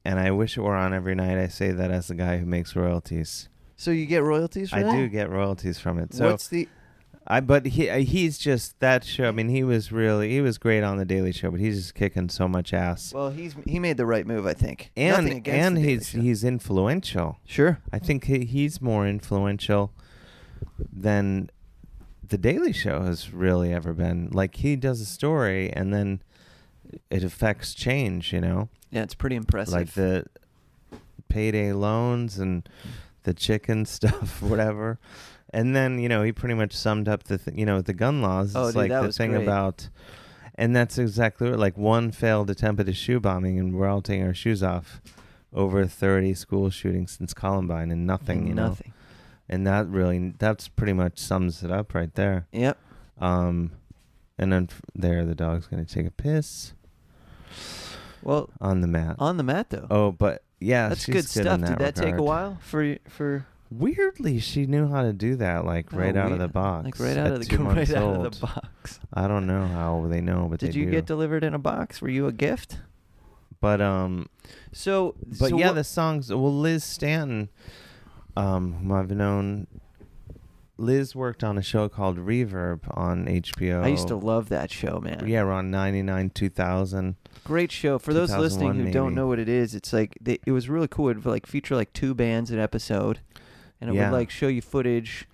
and I wish it were on every night. I say that as the guy who makes royalties. So you get royalties from I that? do get royalties from it. So What's the I but he uh, he's just that show. I mean, he was really he was great on the Daily Show, but he's just kicking so much ass. Well, he's he made the right move, I think. Nothing and against and the Daily he's Show. he's influential. Sure. I think he, he's more influential than the Daily Show has really ever been. Like he does a story, and then it affects change. You know, Yeah, it's pretty impressive. like the payday loans and the chicken stuff, whatever. And then you know he pretty much summed up the th- you know the gun laws. Oh, it's dude, like that the was thing great. about, and that's exactly what, like one failed attempt at a shoe bombing, and we're all taking our shoes off. Over thirty school shootings since Columbine, and nothing, you know, Nothing. and that really that's pretty much sums it up right there. Yep. Um, and then f- there the dog's gonna take a piss Well, on the mat. on the mat though. Oh, but yeah, That's she's good stuff. in Did that take a regard. while for y- for Weirdly, she knew how to do that, like Oh, right out of we- the box. Like right at out of the two right months out of old. the box. I don't know how they know, but Did they you do. get delivered in a box? Were you a gift? but um, So, but so yeah, what- the songs. Well, Liz Stanton, um, whom I've known Liz worked on a show called Reverb on HBO. I used to love that show, man. Yeah, around 99, 2000. Great show. For those listening 2001 who don't maybe. know what it is, it's like they, it was really cool. It would like feature like two bands an episode, and it Yeah. would like show you footage,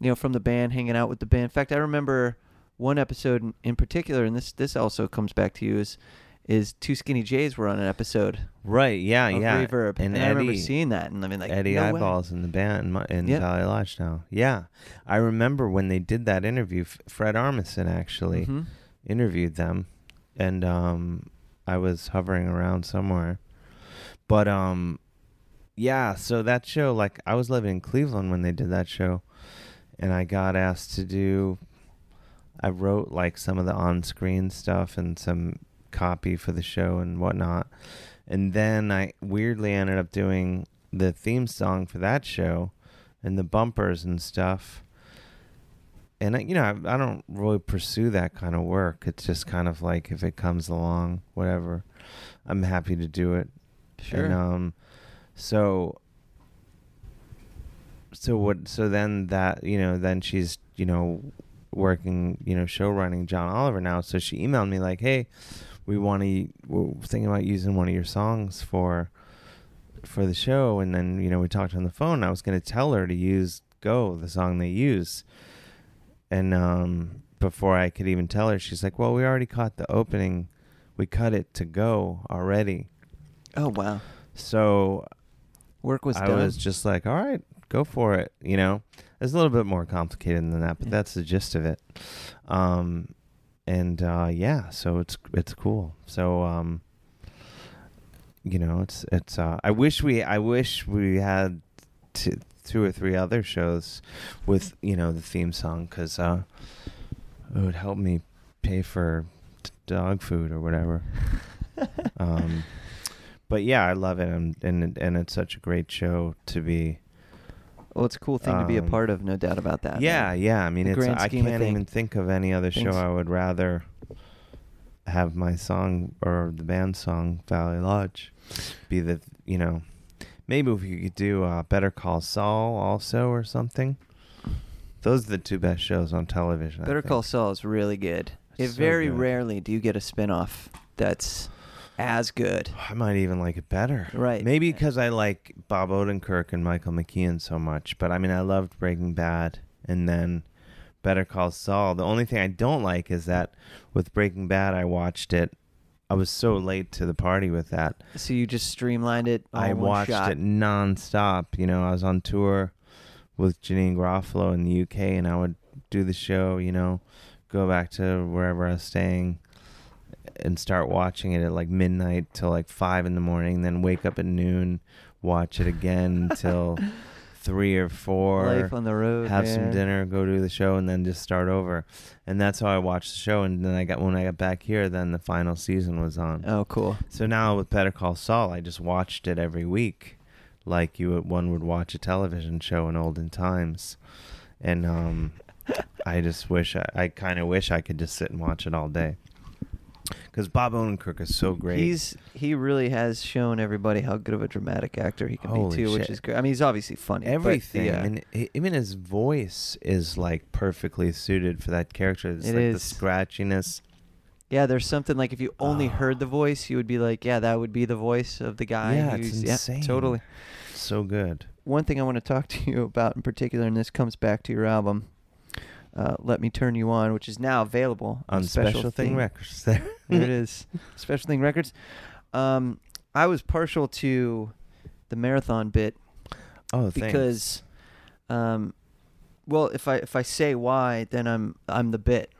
you know, from the band hanging out with the band. In fact, I remember one episode in, in particular, and this this also comes back to you is is two skinny Jays were on an episode Right, yeah, of Uh, yeah. Reverb, and, Eddie, I remember seeing that, and I mean like Eddie no way. Eyeballs in the band in, my, in Yeah. Valley Lodge now. Yeah. I remember when they did that interview, F- Fred Armisen actually Mhm. interviewed them, and um, I was hovering around somewhere. But um, yeah, so that show, like, I was living in Cleveland when they did that show, and I got asked to do. I wrote like some of the on-screen stuff and some copy for the show and whatnot, and then I weirdly ended up doing the theme song for that show, and the bumpers and stuff and I- you know I, I don't really pursue that kind of work it's just kind of like if it comes along whatever i'm happy to do it Sure. and, um so so what so then that you know then she's you know working you know show running john oliver now so she emailed me like hey we want to we're thinking about using one of your songs for for the show and then you know we talked on the phone and i was going to tell her to use go the song they use and um, before I could even tell her, she's like, "Well, we already caught the opening. We cut it to go already." Oh wow, So work was I done. was just like, "All right, go for it." You know, it's a little bit more complicated than that, but Yeah. that's the gist of it. Um, and uh, yeah, so it's it's cool. So um, you know, it's it's. Uh, I wish we I wish we had t- two or three other shows with you know the theme song because uh, it would help me pay for d- dog food or whatever. um, but yeah, I love it, and and and it's such a great show to be. well, it's a cool thing to be a um, part of, no doubt about that. yeah, man. yeah. I mean, the it's grand I scheme of can't thing- even think of any other things. show I would rather have my song or the band song Valley Lodge be the you know maybe if you could do uh, Better Call Saul also or something. Those are the two best shows on television. I Better think. Call Saul is really good. it It's so very good. rarely do you get a spin-off that's as good. I might even like it better. Right. Uh, Maybe because I like Bob Odenkirk and Michael McKean so much. But I mean, I loved Breaking Bad and then Better Call Saul. The only thing I don't like is that with Breaking Bad, I watched it. I was so late to the party with that. So you just streamlined it. All I in Oh, one watched shot. it nonstop. You know, I was on tour with Janine Garofalo in the UK, and I would do the show. You know, go back to wherever I was staying, and start watching it at like midnight till like five in the morning. Then wake up at noon, watch it again till three or four Life on the road. have some man. dinner, go do the show, and then just start over. And that's how I watched the show. And then I got when I got back here, then the final season was on. Oh, cool. So now with Better Call Saul, I just watched it every week, like you would- one would watch a television show in olden times, and um, I just wish I, I kind of wish I could just sit and watch it all day. Because Bob Odenkirk is so great. He's he really has shown everybody how good of a dramatic actor he can be Holy too, which shit. is great. I mean, he's obviously funny. but everything. yeah. I mean, e- even his voice is like perfectly suited for that character. It's It like is. the scratchiness. Yeah, there's something like if you only Oh. heard the voice, you would be like, yeah, that would be the voice of the guy. Yeah, it's who's, insane. Yeah, totally. So good. One thing I want to talk to you about in particular, and this comes back to your album, uh, "Let Me Turn You On," which is now available On special, thing, records. There. there it is. Special Thing Records. Um, I was partial to the marathon bit Oh, thanks. because, um, well, if I if I say why, then I'm I'm the bit.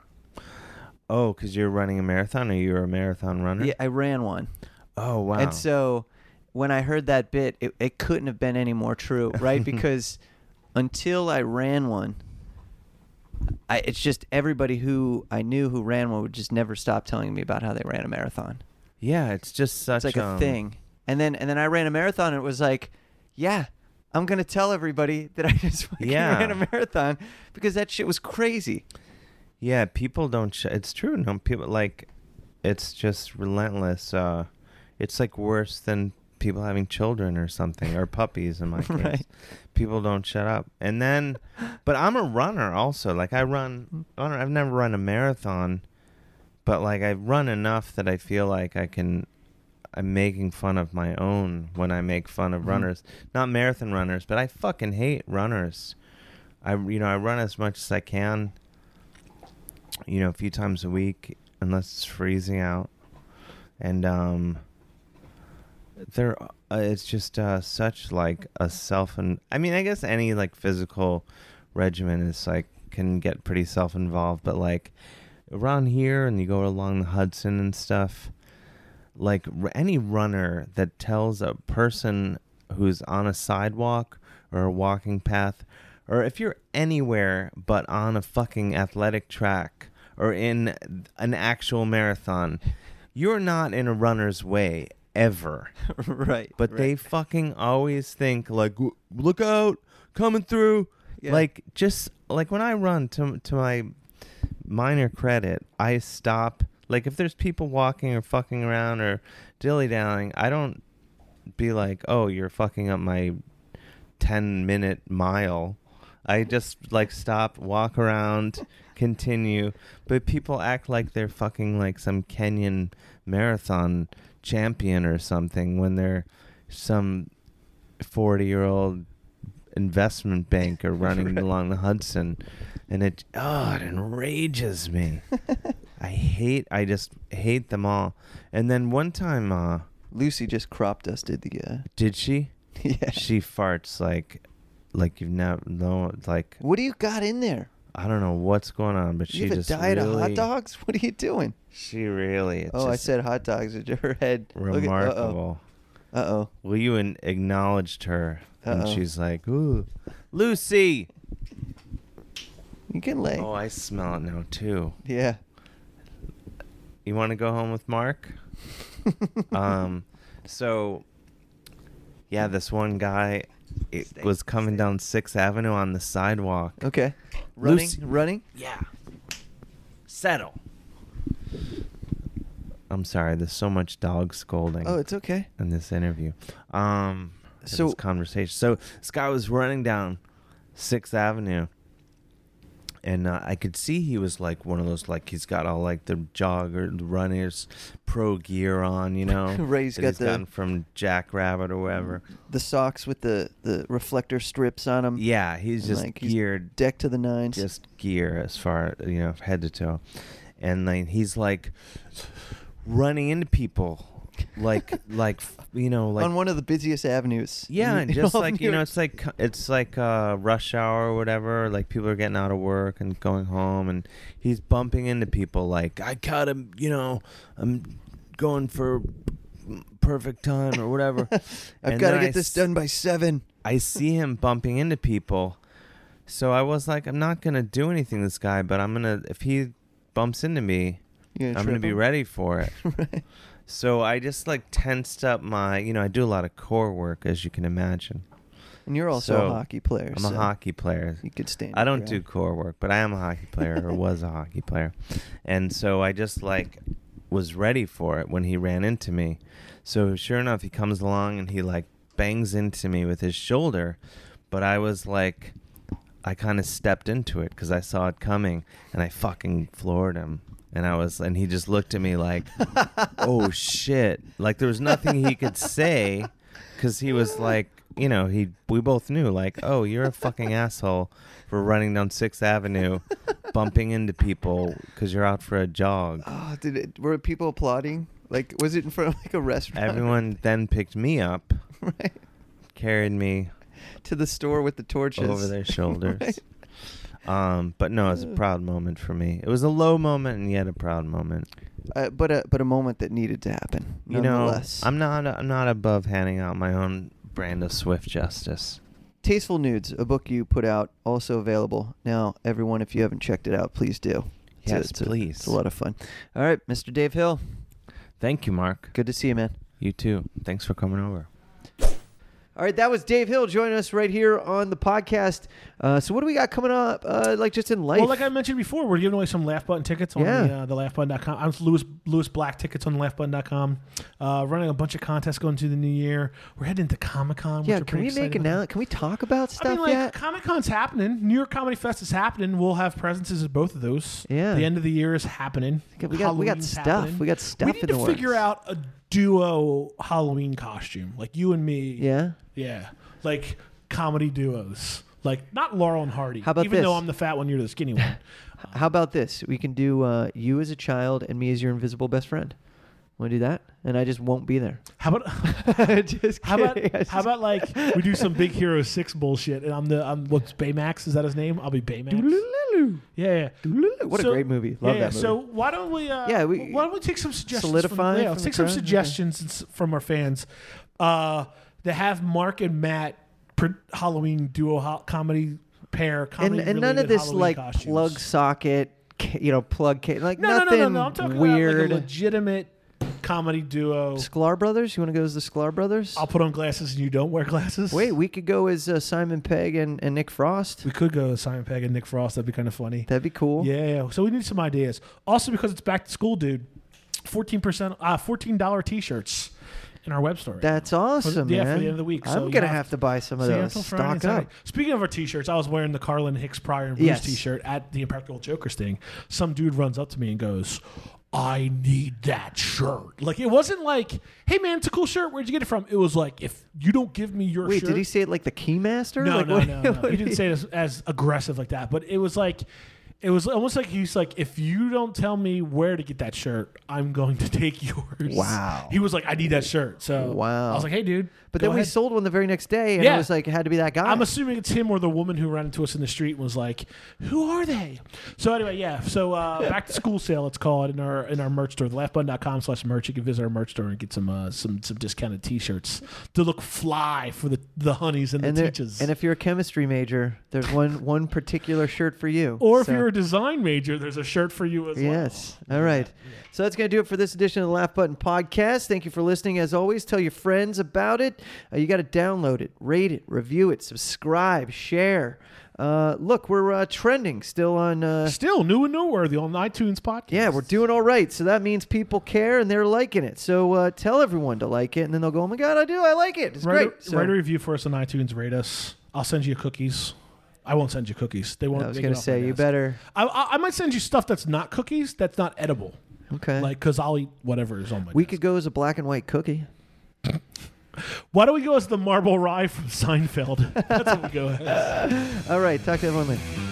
oh, because you're running a marathon, or you're a marathon runner. Yeah, I ran one, Oh wow. and so when I heard that bit, it, it couldn't have been any more true, right? because until I ran one. I, it's just everybody who I knew who ran one would just never stop telling me about how they ran a marathon. yeah, it's just such it's like a um, thing. And then and then I ran a marathon and it was like, yeah, I'm gonna tell everybody that I just fucking Yeah. ran a marathon because that shit was crazy. Yeah, people don't. Sh- it's true. No, people like. It's just relentless. Uh, it's like worse than people having children or something or puppies in my case. Right. People don't shut up. And then but I'm a runner also. Like I Mm. run I don't, I've never run a marathon, but like I've run enough that I feel like I can I'm making fun of my own when I make fun of Mhm. runners. Not marathon runners, but I fucking hate runners. I you know, I run as much as I can you know, a few times a week unless it's freezing out. And um there uh, it's just uh such like a self and I mean, I guess any like physical regimen is like can get pretty self-involved, but like around here and you go along the Hudson and stuff, like r- any runner that tells a person who's on a sidewalk or a walking path or if you're anywhere but on a fucking athletic track or in an actual marathon you're not in a runner's way ever right. but they fucking always think like "W- look out coming through Yeah. like just like when i run to to my minor credit i stop like if there's people walking or fucking around or dilly-dallying i don't be like oh you're fucking up my 10 minute mile i just like stop walk around continue but people act like they're fucking like some kenyan marathon champion or something when they're some 40 year old investment banker running Right. along the hudson and it oh it enrages me i hate i just hate them all and then one time uh Lucy just crop dusted the. Uh, did she yeah. she farts like like you've never no like What do you got in there? I don't know what's going on, but You she have a just diet really, of hot dogs? What are you doing? She really. It's oh, I just said hot dogs at her head. remarkable. Uh oh. Well, you an- acknowledged her, and Uh-oh. she's like, "Ooh, Lucy." You can lay. Oh, I smell it now too. yeah. You want to go home with Mark? um, so yeah, this one guy it was coming down Sixth Avenue on the sidewalk. Okay. Running. Lucy- Running. Yeah. Settle. I'm sorry. There's so much dog scolding. Oh, it's okay. in this interview. Um, in So- this conversation. So this guy was running down Sixth Avenue, and uh, I could see he was like one of those like he's got all like the jogger the runners pro gear on, you know, Right, he's that got the- Mm-hmm. gotten from Jack Rabbit or wherever. The socks with the the reflector strips on them. Yeah, he's just geared Deck to the nines. just gear as far you know head to toe and then he's like running into people like like you know like on one of the busiest avenues. yeah in- and in just all of like New you know York it's like it's like uh rush hour or whatever like people are getting out of work and going home and he's bumping into people like i caught him you know i'm going for perfect time or whatever I've And got to then get I this s- done by seven. I see him bumping into people. So I was like, I'm not gonna do anything to this guy, but I'm gonna if he bumps into me, You I'm gonna trip be 'em? ready for it. right. So I just like tensed up my you know, I do a lot of core work as you can imagine. And you're also a So, hockey player. I'm a so hockey player. You could stand. I your don't do ground. core work, but I am a hockey player or was a hockey player. And so I just like was ready for it when he ran into me. So sure enough, he comes along and he like bangs into me with his shoulder, but I was like I kind of stepped into it cuz I saw it coming and I fucking floored him. And I was and he just looked at me like oh shit. Like there was nothing he could say because he was like, you know, he we both knew like, oh, you're a fucking asshole for running down Sixth Avenue, bumping into people because you're out for a jog. Oh, did it? Were people applauding? Like, was it in front of like a restaurant? Everyone then picked me up, right carried me to the store with the torches over their shoulders. Right. Um, but no, it was a proud moment for me. It was a low moment and yet a proud moment. Uh, but a but a moment that needed to happen. You know, nonetheless. I'm not I'm not above handing out my own brand of swift justice. Tasteful Nudes, a book you put out, also available now. Everyone, if you haven't checked it out, please do. It's a- Yes, it's a- please. it's a lot of fun. All right, Mr. Dave Hill, Thank you, Mark. good to see you, man. You too. Thanks for coming over. All right, that was Dave Hill joining us right here on the podcast. Uh, so what do we got coming up? Uh, like just in life. Well, like I mentioned before, we're giving away some Laugh Button tickets on Yeah. the, uh, the laughbutton.com. I'm Lewis, Lewis Black tickets on laughbutton.com. Uh, running a bunch of contests going into the new year. We're heading into Comic Con. yeah, can we make an now? Can we talk about stuff I mean, like yet? Comic Con's happening. New York Comedy Fest is happening. We'll have presences at both of those. Yeah. The end of the year is happening. We got- we got Halloween's stuff. happening. We got stuff We need in to the figure works. out a duo Halloween costume, like you and me. yeah. Yeah. Like comedy duos. Like not Laurel and Hardy. How about Even though this? I'm the fat one, you're the skinny one. How about this? We can do uh, you as a child and me as your invisible best friend. Want to do that? And I just won't be there. How about just how about kidding. I how about like we do some Big Hero Six bullshit and I'm the I'm what's Baymax is that his name? I'll be Baymax. Doodaloo. Yeah, yeah. Doodaloo. What So- a great movie. yeah, Love yeah. that movie. So why don't we? Uh, Yeah, yeah, we- why don't we take some suggestions? Solidify From, yeah, from take the some crowd? Okay. suggestions s- from our fans. Uh, to have Mark and Matt pr- Halloween duo ho- comedy pair. and, Comedy and none of this like costumes. plug socket, ca- you know, plug ca- like No, no, nothing no, no, no. I'm talking weird. about like a legitimate comedy duo. Sklar Brothers. You want to go as the Sklar Brothers? I'll put on glasses and you don't wear glasses. Wait, we could go as uh, Simon Pegg and, and Nick Frost. we could go Simon Pegg and Nick Frost. That'd be kind of funny. That'd be cool. Yeah, yeah. So we need some ideas. Also, because it's back to school, dude. Fourteen percent, uh, fourteen dollar T-shirts in our web store. right That's awesome, yeah, man. for the end of the week. I'm So you gonna have have, to buy some now. of So yeah, those. until Stock Friday and up. Saturday. Speaking of our T-shirts, I was wearing the Carlin Hicks Pryor and Bruce Yes. T-shirt at the Impractical Jokers thing. Some dude runs up to me and goes. I need that shirt. Like it wasn't like, "Hey man, it's a cool shirt. Where'd you get it from?" It was like, "If you don't give me your Wait, shirt, did he say it like the Keymaster? no, like, no, what- no, what no. did He didn't say it as, as aggressive like that, but it was like, it was almost like he's like, if you don't tell me where to get that shirt, I'm going to take yours. Wow. He was like, I need that shirt. So Wow. I was like, hey, dude. But go then we ahead. sold one the very next day, and it Yeah. was like it had to be that guy. I'm assuming it's him or the woman who ran into us in the street and was like, "Who are they?" So anyway, yeah. So uh, back to school sale, it's called in our in our merch store, thelaughbutton.com slash merch. You can visit our merch store and get some uh, some some discounted T-shirts to look fly for the the honeys and, and, the there- teachers. and if you're a chemistry major, there's one one particular shirt for you. Or So- if you're a design major, there's a shirt for you as well. Yes. All right. So that's going to do it for this edition of the Laugh Button Podcast. Thank you for listening. As always, tell your friends about it. Uh, you got to download it, rate it, review it, subscribe, share. Uh, look, we're uh, trending still on. Uh, Still new and noteworthy on iTunes podcast. yeah, we're doing all right. So that means people care and they're liking it. So uh, tell everyone to like it, and then they'll go, "Oh my god, I do! I like it. It's write, great." A, So, write a review for us on iTunes. Rate us. I'll send you cookies. I won't send you cookies. They won't. I was make it going to off say my you desk. better. I, I, I might send you stuff that's not cookies. That's not edible. Okay. Like because I'll eat whatever is on my. we desk. could go as a black and white cookie. Why don't we go as the marble rye from Seinfeld? that's what we go as. All right. Talk to everyone later.